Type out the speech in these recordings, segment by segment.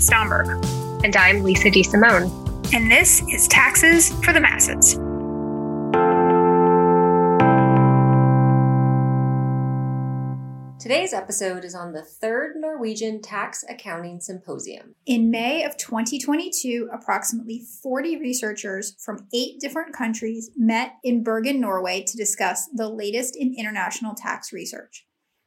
November. And I'm Lisa DeSimone. And this is Taxes for the Masses. Today's episode is on the third Norwegian Tax Accounting Symposium. In May of 2022, approximately 40 researchers from eight different countries met in Bergen, Norway to discuss the latest in international tax research.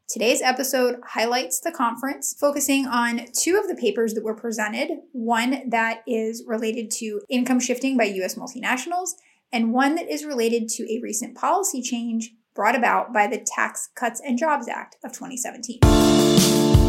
Today's episode highlights the conference, focusing on two of the papers that were presented one that is related to income shifting by U.S. multinationals, and one that is related to a recent policy change brought about by the Tax Cuts and Jobs Act of 2017.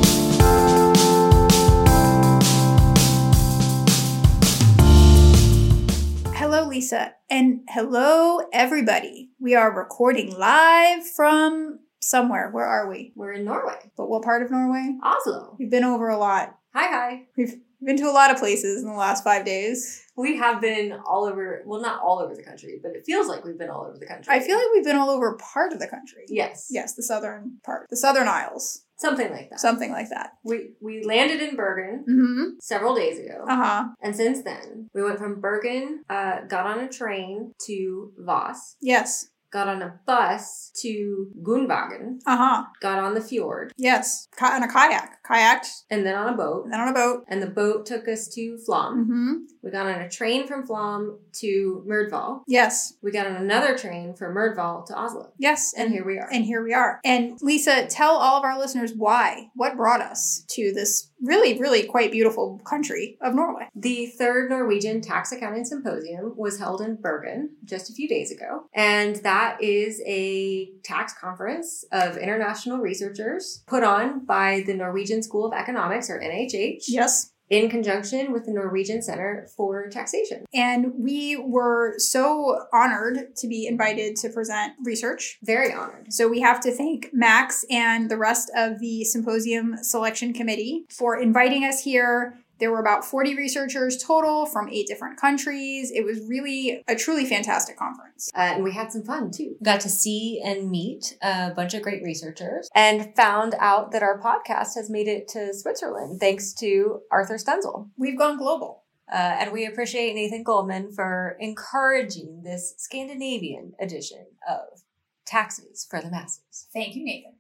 Hello, Lisa, and hello, everybody. We are recording live from somewhere. Where are we? We're in Norway, But what part of Norway? Oslo. We've been over a lot. Hi, hi. We've been to a lot of places in the last five days. We have been all over, well, not all over the country, but it feels like we've been all over the country. I feel like we've been all over part of the country. Yes. Yes, the southern part, the southern Isles, Something like that. something like that. we, we landed in Bergen Mm-hmm. several days ago. Uh huh. And since then, we went from Bergen, uh, got on a train to Voss, Yes. got on a bus to Gunvagen, Uh huh. got on the fjord, Yes. Ki- on a kayak, kayaked, and then on a boat. and then on a boat. And the boat took us to Flom. Mm-hmm. We got on a train from Flom to Myrdval. Yes. We got on another train from Myrdval to Oslo. Yes. And here we are. And here we are. And Lisa, tell all of our listeners why, what brought us to this really, really quite beautiful country of Norway. The third Norwegian Tax Accounting Symposium was held in Bergen just a few days ago. And that is a tax conference of international researchers put on by the Norwegian School of Economics, or NHH, Yes. in conjunction with the Norwegian Center for Taxation. And we were so honored to be invited to present research. Very honored. So we have to thank Max and the rest of the symposium selection committee for inviting us here. There were about 40 researchers total from eight different countries. It was really a truly fantastic conference. Uh, and we had some fun too. Got to see and meet a bunch of great researchers and found out that our podcast has made it to Switzerland thanks to Arthur Stenzel. We've gone global. Uh, and we appreciate Nathan Goldman for encouraging this Scandinavian edition of Taxes for the Masses. Thank you, Nathan.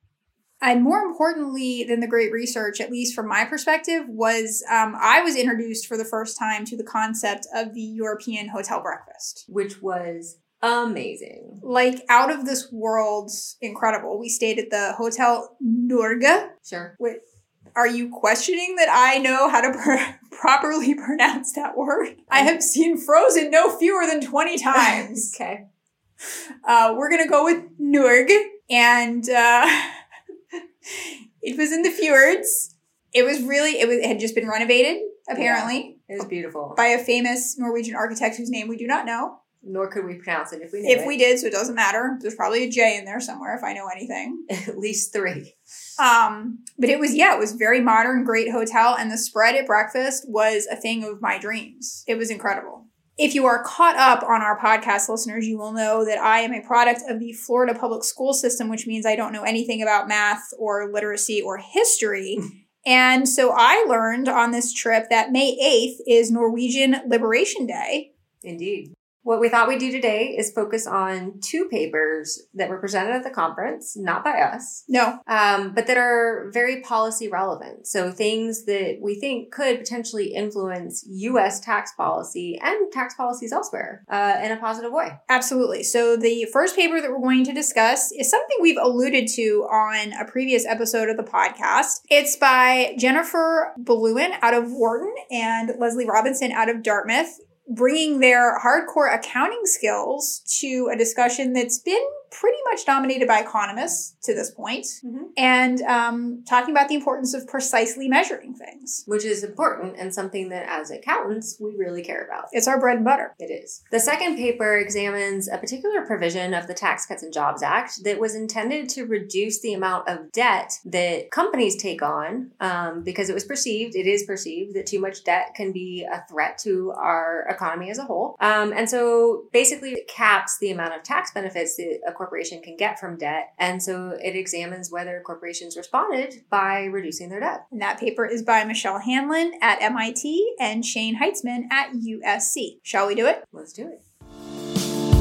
And more importantly than the great research, at least from my perspective, was um, I was introduced for the first time to the concept of the European hotel breakfast. Which was amazing. like out of this world incredible. We stayed at the Hotel Norge. Sure. Wait, are you questioning that I know how to pr- properly pronounce that word? I have seen Frozen no fewer than 20 times. okay. Uh, we're going to go with Norge. And uh, it was in the fjords. It was really, it, was, it had just been renovated, apparently, It was beautiful. by a famous Norwegian architect whose name we do not know. Nor could we pronounce it if we knew If we did, so it doesn't matter. There's probably a J in there somewhere if I know anything. did. At least three. Um, but it was yeah, it was very modern, great hotel, and the spread at breakfast was a thing of my dreams. It was incredible. If you are caught up on our podcast listeners, you will know that I am a product of the Florida public school system, which means I don't know anything about math or literacy or history. and so I learned on this trip that May 8th is Norwegian Liberation Day. Indeed. What we thought we'd do today is focus on two papers that were presented at the conference, not by us, No, um, but that are very policy relevant. So things that we think could potentially influence U.S. tax policy and tax policies elsewhere uh, in a positive way. Absolutely. So, the first paper that we're going to discuss is something we've alluded to on a previous episode of the podcast. It's by Jennifer Bluin out of Wharton and Leslie Robinson out of Dartmouth, bringing their hardcore accounting skills to a discussion that's been pretty much dominated by economists to this point Mhm. and um, talking about the importance of precisely measuring things. Which is important and something that as accountants, we really care about. It's our bread and butter. It is. The second paper examines a particular provision of the Tax Cuts and Jobs Act that was intended to reduce the amount of debt that companies take on um, because it was perceived, it is perceived, that too much debt can be a threat to our economy as a whole. Um, and so basically, it caps the amount of tax benefits that a corporation can get from debt. And so it examines whether corporations responded by reducing their debt. And that paper is by Michelle Hanlon at MIT and Shane Heitzman at USC. Shall we do it? Let's do it.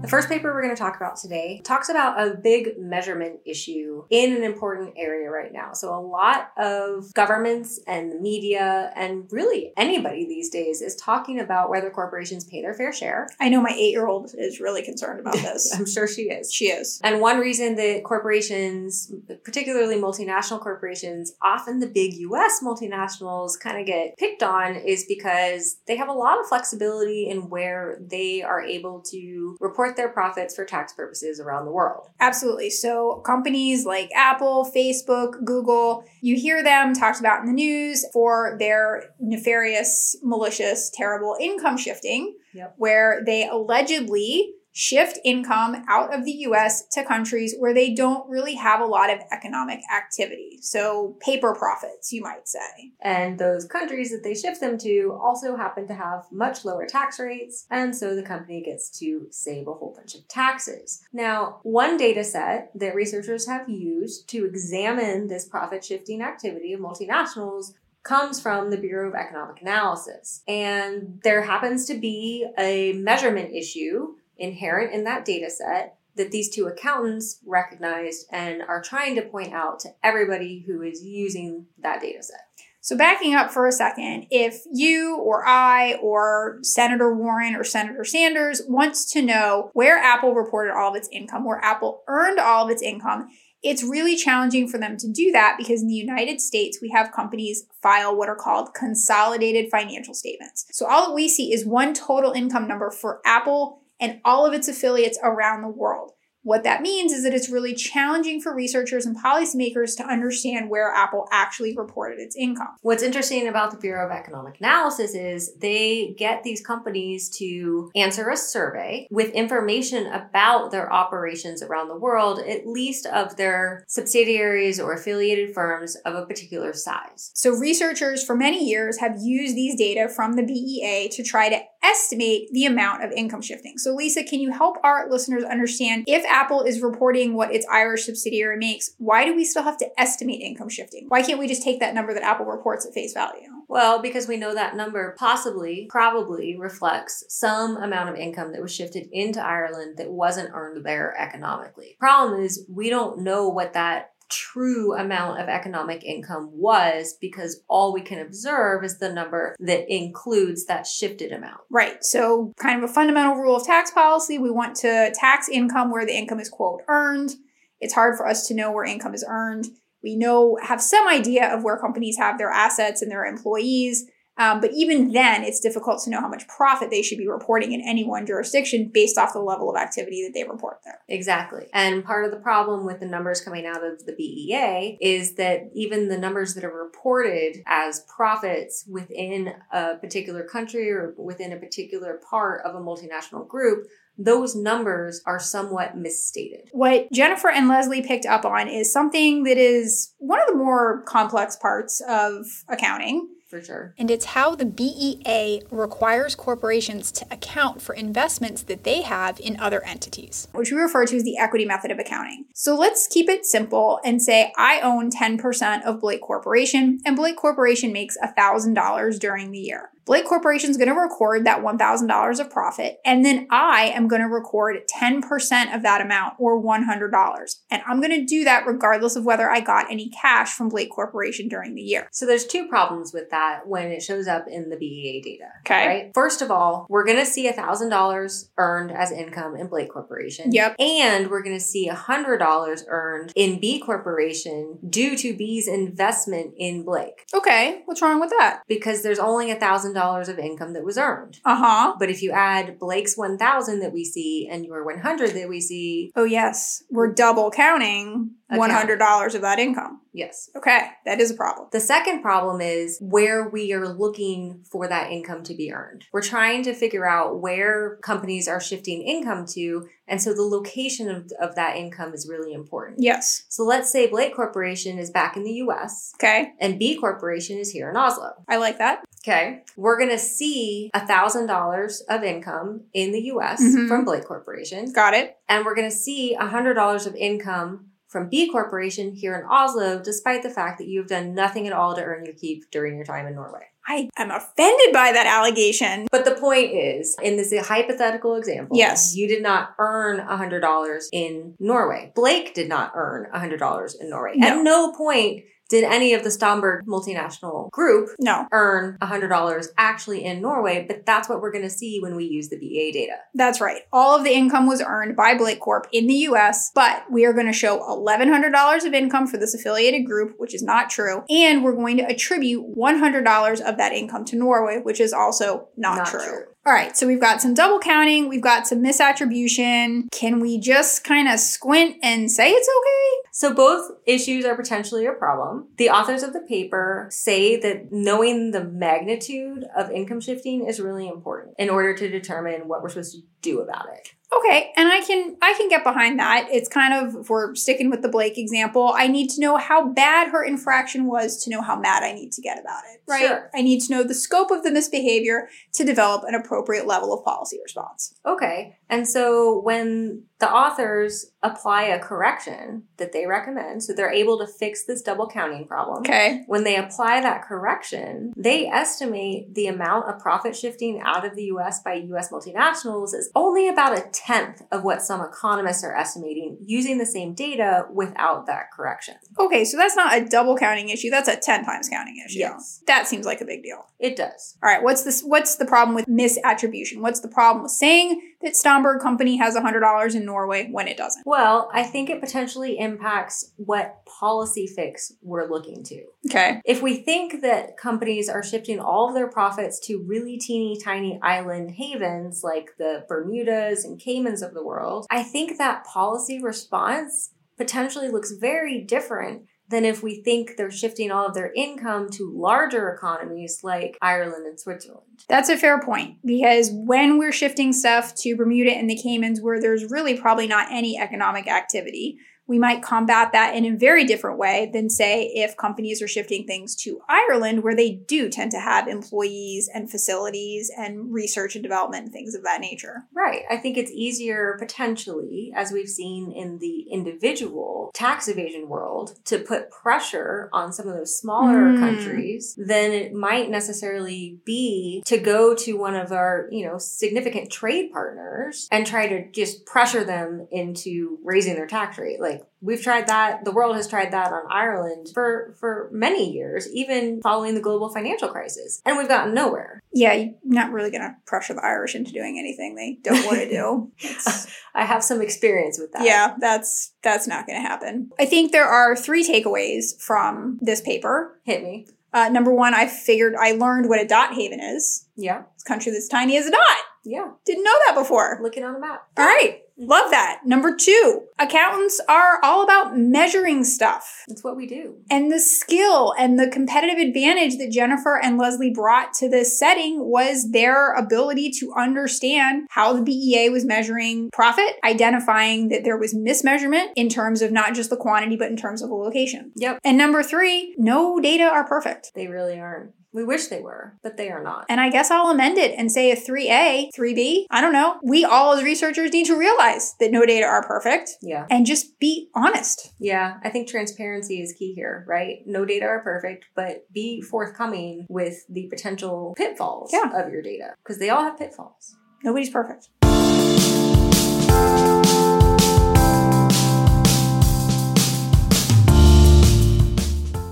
The first paper we're going to talk about today talks about a big measurement issue in an important area right now. So, a lot of governments and the media, and really anybody these days, is talking about whether corporations pay their fair share. I know my eight year old is really concerned about this. I'm sure she is. she is. And one reason that corporations, particularly multinational corporations, often the big US multinationals, kind of get picked on is because they have a lot of flexibility in where they are able to report their profits for tax purposes around the world. Absolutely. So, companies like Apple, Facebook, Google, you hear them talked about in the news for their nefarious, malicious, terrible income shifting, Yep. where they allegedly shift income out of the US to countries where they don't really have a lot of economic activity. So, paper profits, you might say. And those countries that they shift them to also happen to have much lower tax rates. And so the company gets to save a whole bunch of taxes. Now, one data set that researchers have used to examine this profit shifting activity of multinationals comes from the Bureau of Economic Analysis. And there happens to be a measurement issue inherent in that data set that these two accountants recognized and are trying to point out to everybody who is using that data set. So, backing up for a second, if you or I or Senator Warren or Senator Sanders wants to know where Apple reported all of its income, where Apple earned all of its income, it's really challenging for them to do that because in the United States, we have companies file what are called consolidated financial statements. So, all that we see is one total income number for Apple and all of its affiliates around the world. What that means is that it's really challenging for researchers and policymakers to understand where Apple actually reported its income. What's interesting about the Bureau of Economic Analysis is they get these companies to answer a survey with information about their operations around the world, at least of their subsidiaries or affiliated firms of a particular size. So, researchers for many years have used these data from the BEA to try to estimate the amount of income shifting. So, Lisa, can you help our listeners understand if Apple is reporting what its Irish subsidiary makes, why do we still have to estimate income shifting? Why can't we just take that number that Apple reports at face value? Well, because we know that number possibly, probably reflects some amount of income that was shifted into Ireland that wasn't earned there economically. Problem is, we don't know what that true amount of economic income was because all we can observe is the number that includes that shifted amount. Right. So, kind of a fundamental rule of tax policy, we want to tax income where the income is, quote, earned. It's hard for us to know where income is earned. We know, have some idea of where companies have their assets and their employees. Um, but even then, it's difficult to know how much profit they should be reporting in any one jurisdiction based off the level of activity that they report there. Exactly. And part of the problem with the numbers coming out of the BEA is that even the numbers that are reported as profits within a particular country or within a particular part of a multinational group, those numbers are somewhat misstated. What Jennifer and Leslie picked up on is something that is one of the more complex parts of accounting. For sure. and it's how the BEA requires corporations to account for investments that they have in other entities. which we refer to as the equity method of accounting. So let's keep it simple and say I own 10% of Blake Corporation and Blake Corporation makes $1,000 during the year. Blake Corporation is going to record that $1,000 of profit and then I am going to record 10% of that amount or $100. And I'm going to do that regardless of whether I got any cash from Blake Corporation during the year. So there's two problems with that when it shows up in the BEA data. Okay. Right? First of all, we're going to see $1,000 earned as income in Blake Corporation. Yep. And we're going to see $100 earned in B Corporation due to B's investment in Blake Okay, what's wrong with that? because there's only $1,000 of income that was earned. Uh-huh. But if you add Blake's 1,000 that we see and your 100 that we see, Oh yes, we're double counting Account. $100 of that income. Yes. Okay, that is a problem. The second problem is where we are looking for that income to be earned. We're trying to figure out where companies are shifting income to. And so the location of, of that income is really important. Yes. So let's say Blake Corporation is back in the US Okay, and B Corporation is here in Oslo. I like that. Okay. We're going to see $1,000 of income in the US Mhm. from Blake Corporation. Got it. And we're going to see $100 of income from B Corporation here in Oslo, despite the fact that you've done nothing at all to earn your keep during your time in Norway. I am offended by that allegation. But the point is, in this hypothetical example, Yes. you did not earn $100 in Norway. Blake did not earn $100 in Norway. At no point did any of the Stomberg multinational group No, earn $100 actually in Norway, but that's what we're going to see when we use the BA data. that's right. All of the income was earned by Blake Corp in the US, but we are going to show $1,100 of income for this affiliated group, which is not true. And we're going to attribute $100 of that income to Norway, which is also not, true. All right, so we've got some double counting, we've got some misattribution. Can we just kind of squint and say it's okay? So both issues are potentially a problem. The authors of the paper say that knowing the magnitude of income shifting is really important in order to determine what we're supposed to do about it. Okay, and I can I can get behind that. It's kind of if we're sticking with the Blake example, I need to know how bad her infraction was to know how mad I need to get about it, right? Sure. I need to know the scope of the misbehavior to develop an appropriate level of policy response. Okay. And so when the authors apply a correction that they recommend, so they're able to fix this double counting problem. Okay. When they apply that correction, they estimate the amount of profit shifting out of the US by US multinationals is only about a tenth of what some economists are estimating using the same data without that correction. Okay, so that's not a double counting issue, that's a 10 times counting issue. Yes. That seems like a big deal. It does. All right, what's this what's the problem with misattribution? What's the problem with saying that Stomberg company has $100 in Norway when it doesn't? Well, I think it potentially impacts what policy fix we're looking to. Okay. If we think that companies are shifting all of their profits to really teeny tiny island havens like the Bermudas and Caymans of the world, I think that policy response potentially looks very different than if we think they're shifting all of their income to larger economies like Ireland and Switzerland. That's a fair point because when we're shifting stuff to Bermuda and the Caymans, where there's really probably not any economic activity, we might combat that in a very different way than, say, if companies are shifting things to Ireland, where they do tend to have employees and facilities and research and development and things of that nature. Right. I think it's easier potentially, as we've seen in the individual tax evasion world, to put pressure on some of those smaller Mm. countries than it might necessarily be to go to one of our, you know, significant trade partners and try to just pressure them into raising their tax rate. Like we've tried that, the world has tried that on Ireland for for many years, even following the global financial crisis, and we've gotten nowhere. Yeah, you're not really going to pressure the Irish into doing anything they don't want to do. It's- I have some experience with that. Yeah, that's that's not going to happen. I think there are three takeaways from this paper Hit me. Uh, number one, I figured I learned what a dot haven is. Yeah. It's a country that's tiny as a dot. Yeah. Didn't know that before. Looking on the map. All right. Love that. Number two, accountants are all about measuring stuff. That's what we do. And the skill and the competitive advantage that Jennifer and Leslie brought to this setting was their ability to understand how the BEA was measuring profit, identifying that there was mismeasurement in terms of not just the quantity, but in terms of the location. Yep. And number three, no data are perfect. They really aren't. We wish they were, but they are not. And I guess I'll amend it and say a 3A, 3B. I don't know. We all as researchers need to realize that no data are perfect Yeah. and just be honest. Yeah. I think transparency is key here, right? No data are perfect, but be forthcoming with the potential pitfalls Yeah. of your data because they all have pitfalls. Nobody's perfect.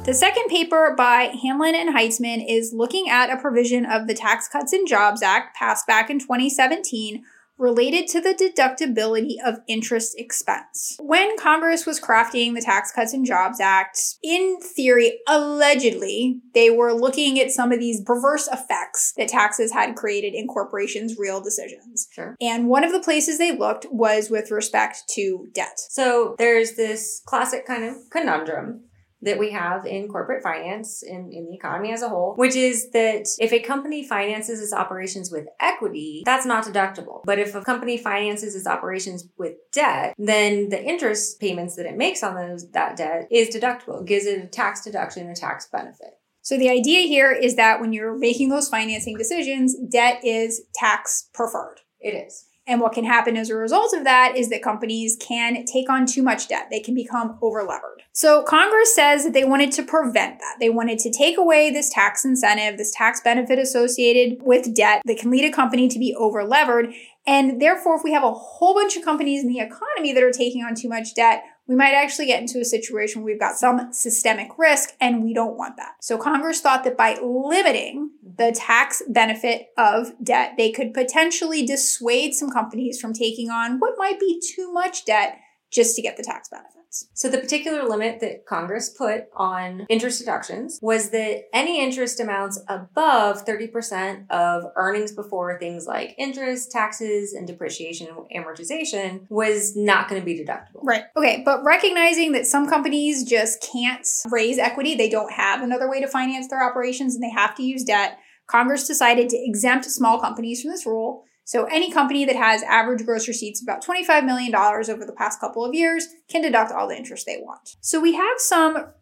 The second paper by Hamlin and Heitzman is looking at a provision of the Tax Cuts and Jobs Act passed back in 2017 related to the deductibility of interest expense. When Congress was crafting the Tax Cuts and Jobs Act, in theory, allegedly, they were looking at some of these perverse effects that taxes had created in corporations' real decisions. Sure. And one of the places they looked was with respect to debt. So there's this classic kind of conundrum that we have in corporate finance and in the economy as a whole, which is that if a company finances its operations with equity, that's not deductible. But if a company finances its operations with debt, then the interest payments that it makes on those that debt is deductible, It gives it a tax deduction, a tax benefit. So the idea here is that when you're making those financing decisions, debt is tax preferred. It is. And what can happen as a result of that is that companies can take on too much debt. They can become overlevered. So Congress says that they wanted to prevent that. They wanted to take away this tax incentive, this tax benefit associated with debt that can lead a company to be overlevered. And therefore, if we have a whole bunch of companies in the economy that are taking on too much debt, we might actually get into a situation where we've got some systemic risk and we don't want that. So Congress thought that by limiting the tax benefit of debt, they could potentially dissuade some companies from taking on what might be too much debt just to get the tax benefits. So the particular limit that Congress put on interest deductions was that any interest amounts above 30% of earnings before things like interest, taxes, and depreciation and amortization was not going to be deductible. Right. Okay. But recognizing that some companies just can't raise equity, they don't have another way to finance their operations and they have to use debt, Congress decided to exempt small companies from this rule. So any company that has average gross receipts about $25 million over the past couple of years can deduct all the interest they want. So we have some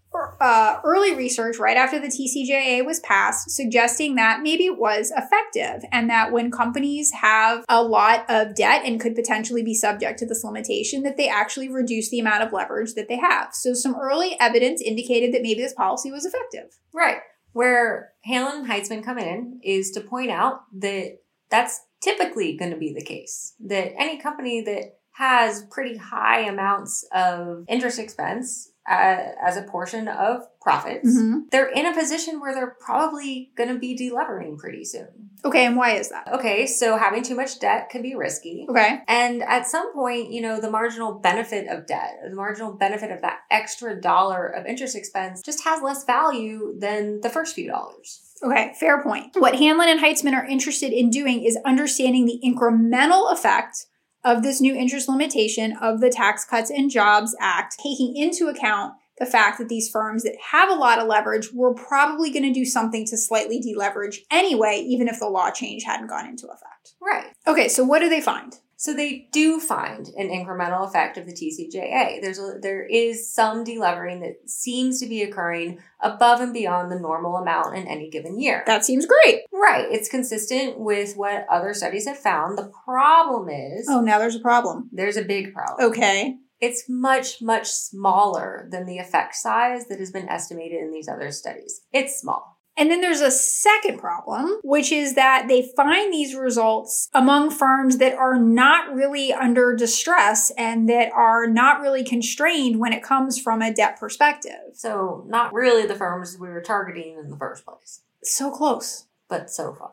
uh, early research right after the TCJA was passed suggesting that maybe it was effective and that when companies have a lot of debt and could potentially be subject to this limitation, that they actually reduce the amount of leverage that they have. So some early evidence indicated that maybe this policy was effective. Right. Where Halen Heitzman come in is to point out that that's typically going to be the case. That any company that has pretty high amounts of interest expense uh, as a portion of profits, Mhm. they're in a position where they're probably going to be delevering pretty soon. Okay, and why is that? Okay, so having too much debt can be risky. Okay. And at some point, you know, the marginal benefit of debt, the marginal benefit of that extra dollar of interest expense just has less value than the first few dollars. Okay, fair point. What Hanlon and Heitzman are interested in doing is understanding the incremental effect of this new interest limitation of the Tax Cuts and Jobs Act, taking into account the fact that these firms that have a lot of leverage were probably going to do something to slightly deleverage anyway, even if the law change hadn't gone into effect. Right. Okay, so what do they find? So they do find an incremental effect of the TCJA. There's a, there is some delevering that seems to be occurring above and beyond the normal amount in any given year. That seems great. right. It's consistent with what other studies have found. The problem is Oh, now there's a problem. there's a big problem. Okay. It's much much smaller than the effect size that has been estimated in these other studies. It's small. And then there's a second problem, which is that they find these results among firms that are not really under distress and that are not really constrained when it comes from a debt perspective. So not really the firms we were targeting in the first place, So close. but so far.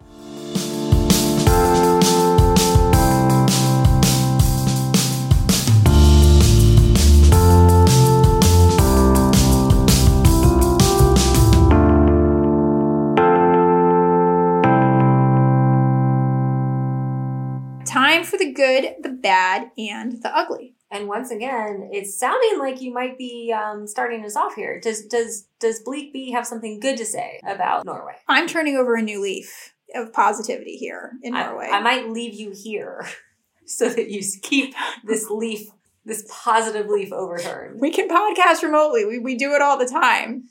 Time for the good, the bad, and the ugly. And once again, it's sounding like you might be um, starting us off here. Does does does Bleak B have something good to say about Norway? I'm turning over a new leaf of positivity here in I- Norway. I, might leave you here so that you keep this leaf, this positive leaf overturned. we can podcast remotely, we, we do it all the time.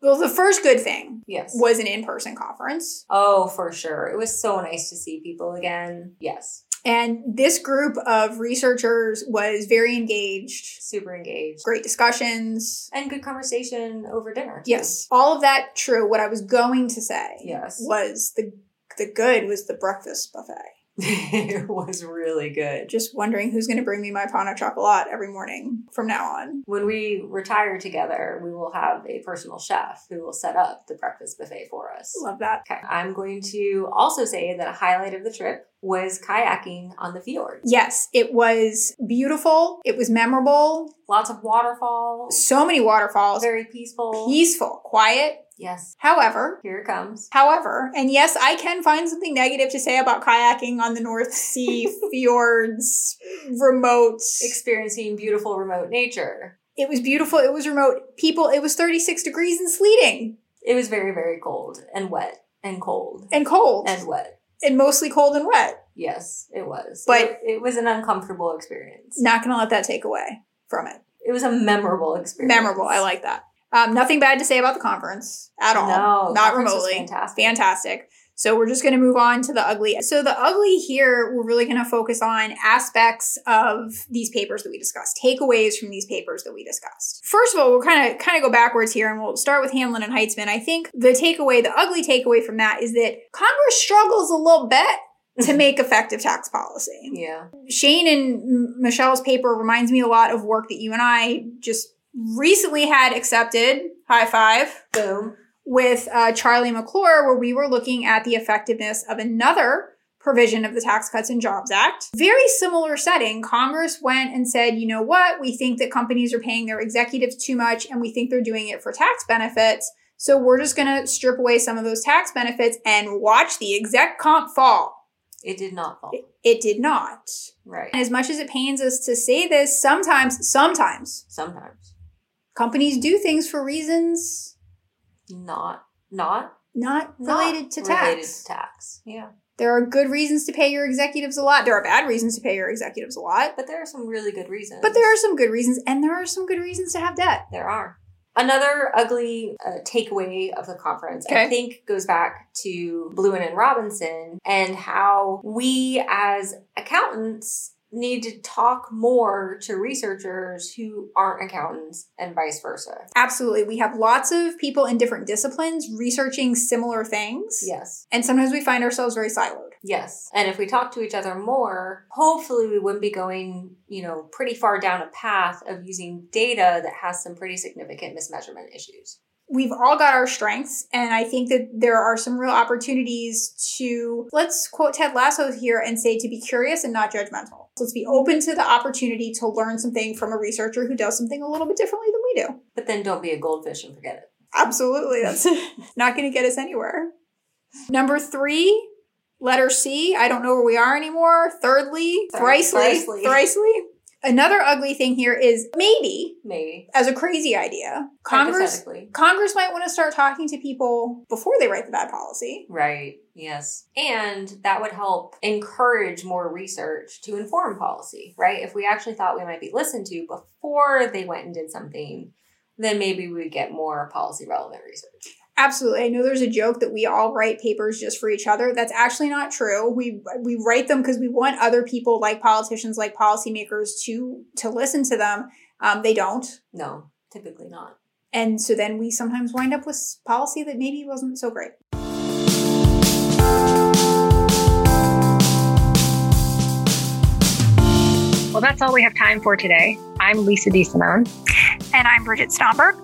Well, the first good thing Yes. was an in person conference. Oh, for sure. It was so nice to see people again. Yes. And this group of researchers was very engaged, Super engaged. great discussions. And good conversation over dinner. too. Yes, all of that true. What I was going to say Yes. was the the good was the breakfast buffet. it was really good. Just wondering who's going to bring me my pan au chocolat every morning from now on. When we retire together, we will have a personal chef who will set up the breakfast buffet for us. Love that. Okay. I'm going to also say that a highlight of the trip was kayaking on the fjord. Yes, it was beautiful. It was memorable. Lots of waterfalls, So many waterfalls. very peaceful. Peaceful, quiet. yes, However, here it comes. however, and yes, I can find something negative to say about kayaking on the North Sea fjords, remote. Experiencing beautiful remote nature. It was beautiful. It was remote. People, it was 36 degrees and sleeting It was very, very cold and wet and cold and cold and wet. and mostly cold and wet. Yes, it was. But- it, it was an uncomfortable experience. Not going to let that take away from it. It was a memorable experience. Memorable. I like that. Um, nothing bad to say about the conference at all. No, not conference was remotely. fantastic. Fantastic. So we're just going to move on to the ugly. So the ugly here, we're really going to focus on aspects of these papers that we discussed, takeaways from these papers that we discussed. First of all, we'll kind of kind of go backwards here, and we'll start with Hamlin and Heitzman. I think the takeaway, the ugly takeaway from that, is that Congress struggles a little bit to make effective tax policy. Yeah. Shane and M- Michelle's paper reminds me a lot of work that you and I just recently had accepted. High five Boom. with uh, Charlie McClure, where we were looking at the effectiveness of another provision of the Tax Cuts and Jobs Act. Very similar setting. Congress went and said, you know what? We think that companies are paying their executives too much and we think they're doing it for tax benefits. So we're just going to strip away some of those tax benefits and watch the exec comp fall. It did not fall. It did not. And Right. as much as it pains us to say this, sometimes, sometimes Sometimes. companies do things for reasons Not not not not related to tax. Related to tax. Yeah. There are good reasons to pay your executives a lot. There are bad reasons to pay your executives a lot. But there are some really good reasons. But there are some good reasons, and there are some good reasons to have debt. There are. Another ugly uh, takeaway of the conference, I Okay. think, goes back to Bluen and Robinson and how we as accountants need to talk more to researchers who aren't accountants and vice versa. Absolutely. We have lots of people in different disciplines researching similar things. Yes. And sometimes we find ourselves very siloed. Yes. And if we talk to each other more, hopefully we wouldn't be going, you know, pretty far down a path of using data that has some pretty significant mismeasurement issues. We've all got our strengths, and I think that there are some real opportunities to, let's quote Ted Lasso here and say to be curious and not judgmental. Let's be open to the opportunity to learn something from a researcher who does something a little bit differently than we do. But then don't be a goldfish and forget it. Absolutely. That's not going to get us anywhere. Number three, letter C. I don't know where we are anymore. Thirdly, Thir- thricely, thricely. thricely. Another ugly thing here is maybe, Maybe. as a crazy idea, Congress Hypothetically. Congress might want to start talking to people before they write the bad policy. Right. Yes. And that would help encourage more research to inform policy, right? If we actually thought we might be listened to before they went and did something, then maybe we would get more policy relevant research. Absolutely. I know there's a joke that we all write papers just for each other. That's actually not true. We we write them because we want other people, like politicians, like policymakers, to to listen to them. Um, they don't. No, typically not. And so then we sometimes wind up with policy that maybe wasn't so great. Well, that's all we have time for today. I'm Lisa DeSimone. And I'm Bridget Stomberg.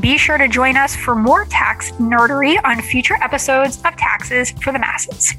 Be sure to join us for more tax nerdery on future episodes of Taxes for the Masses.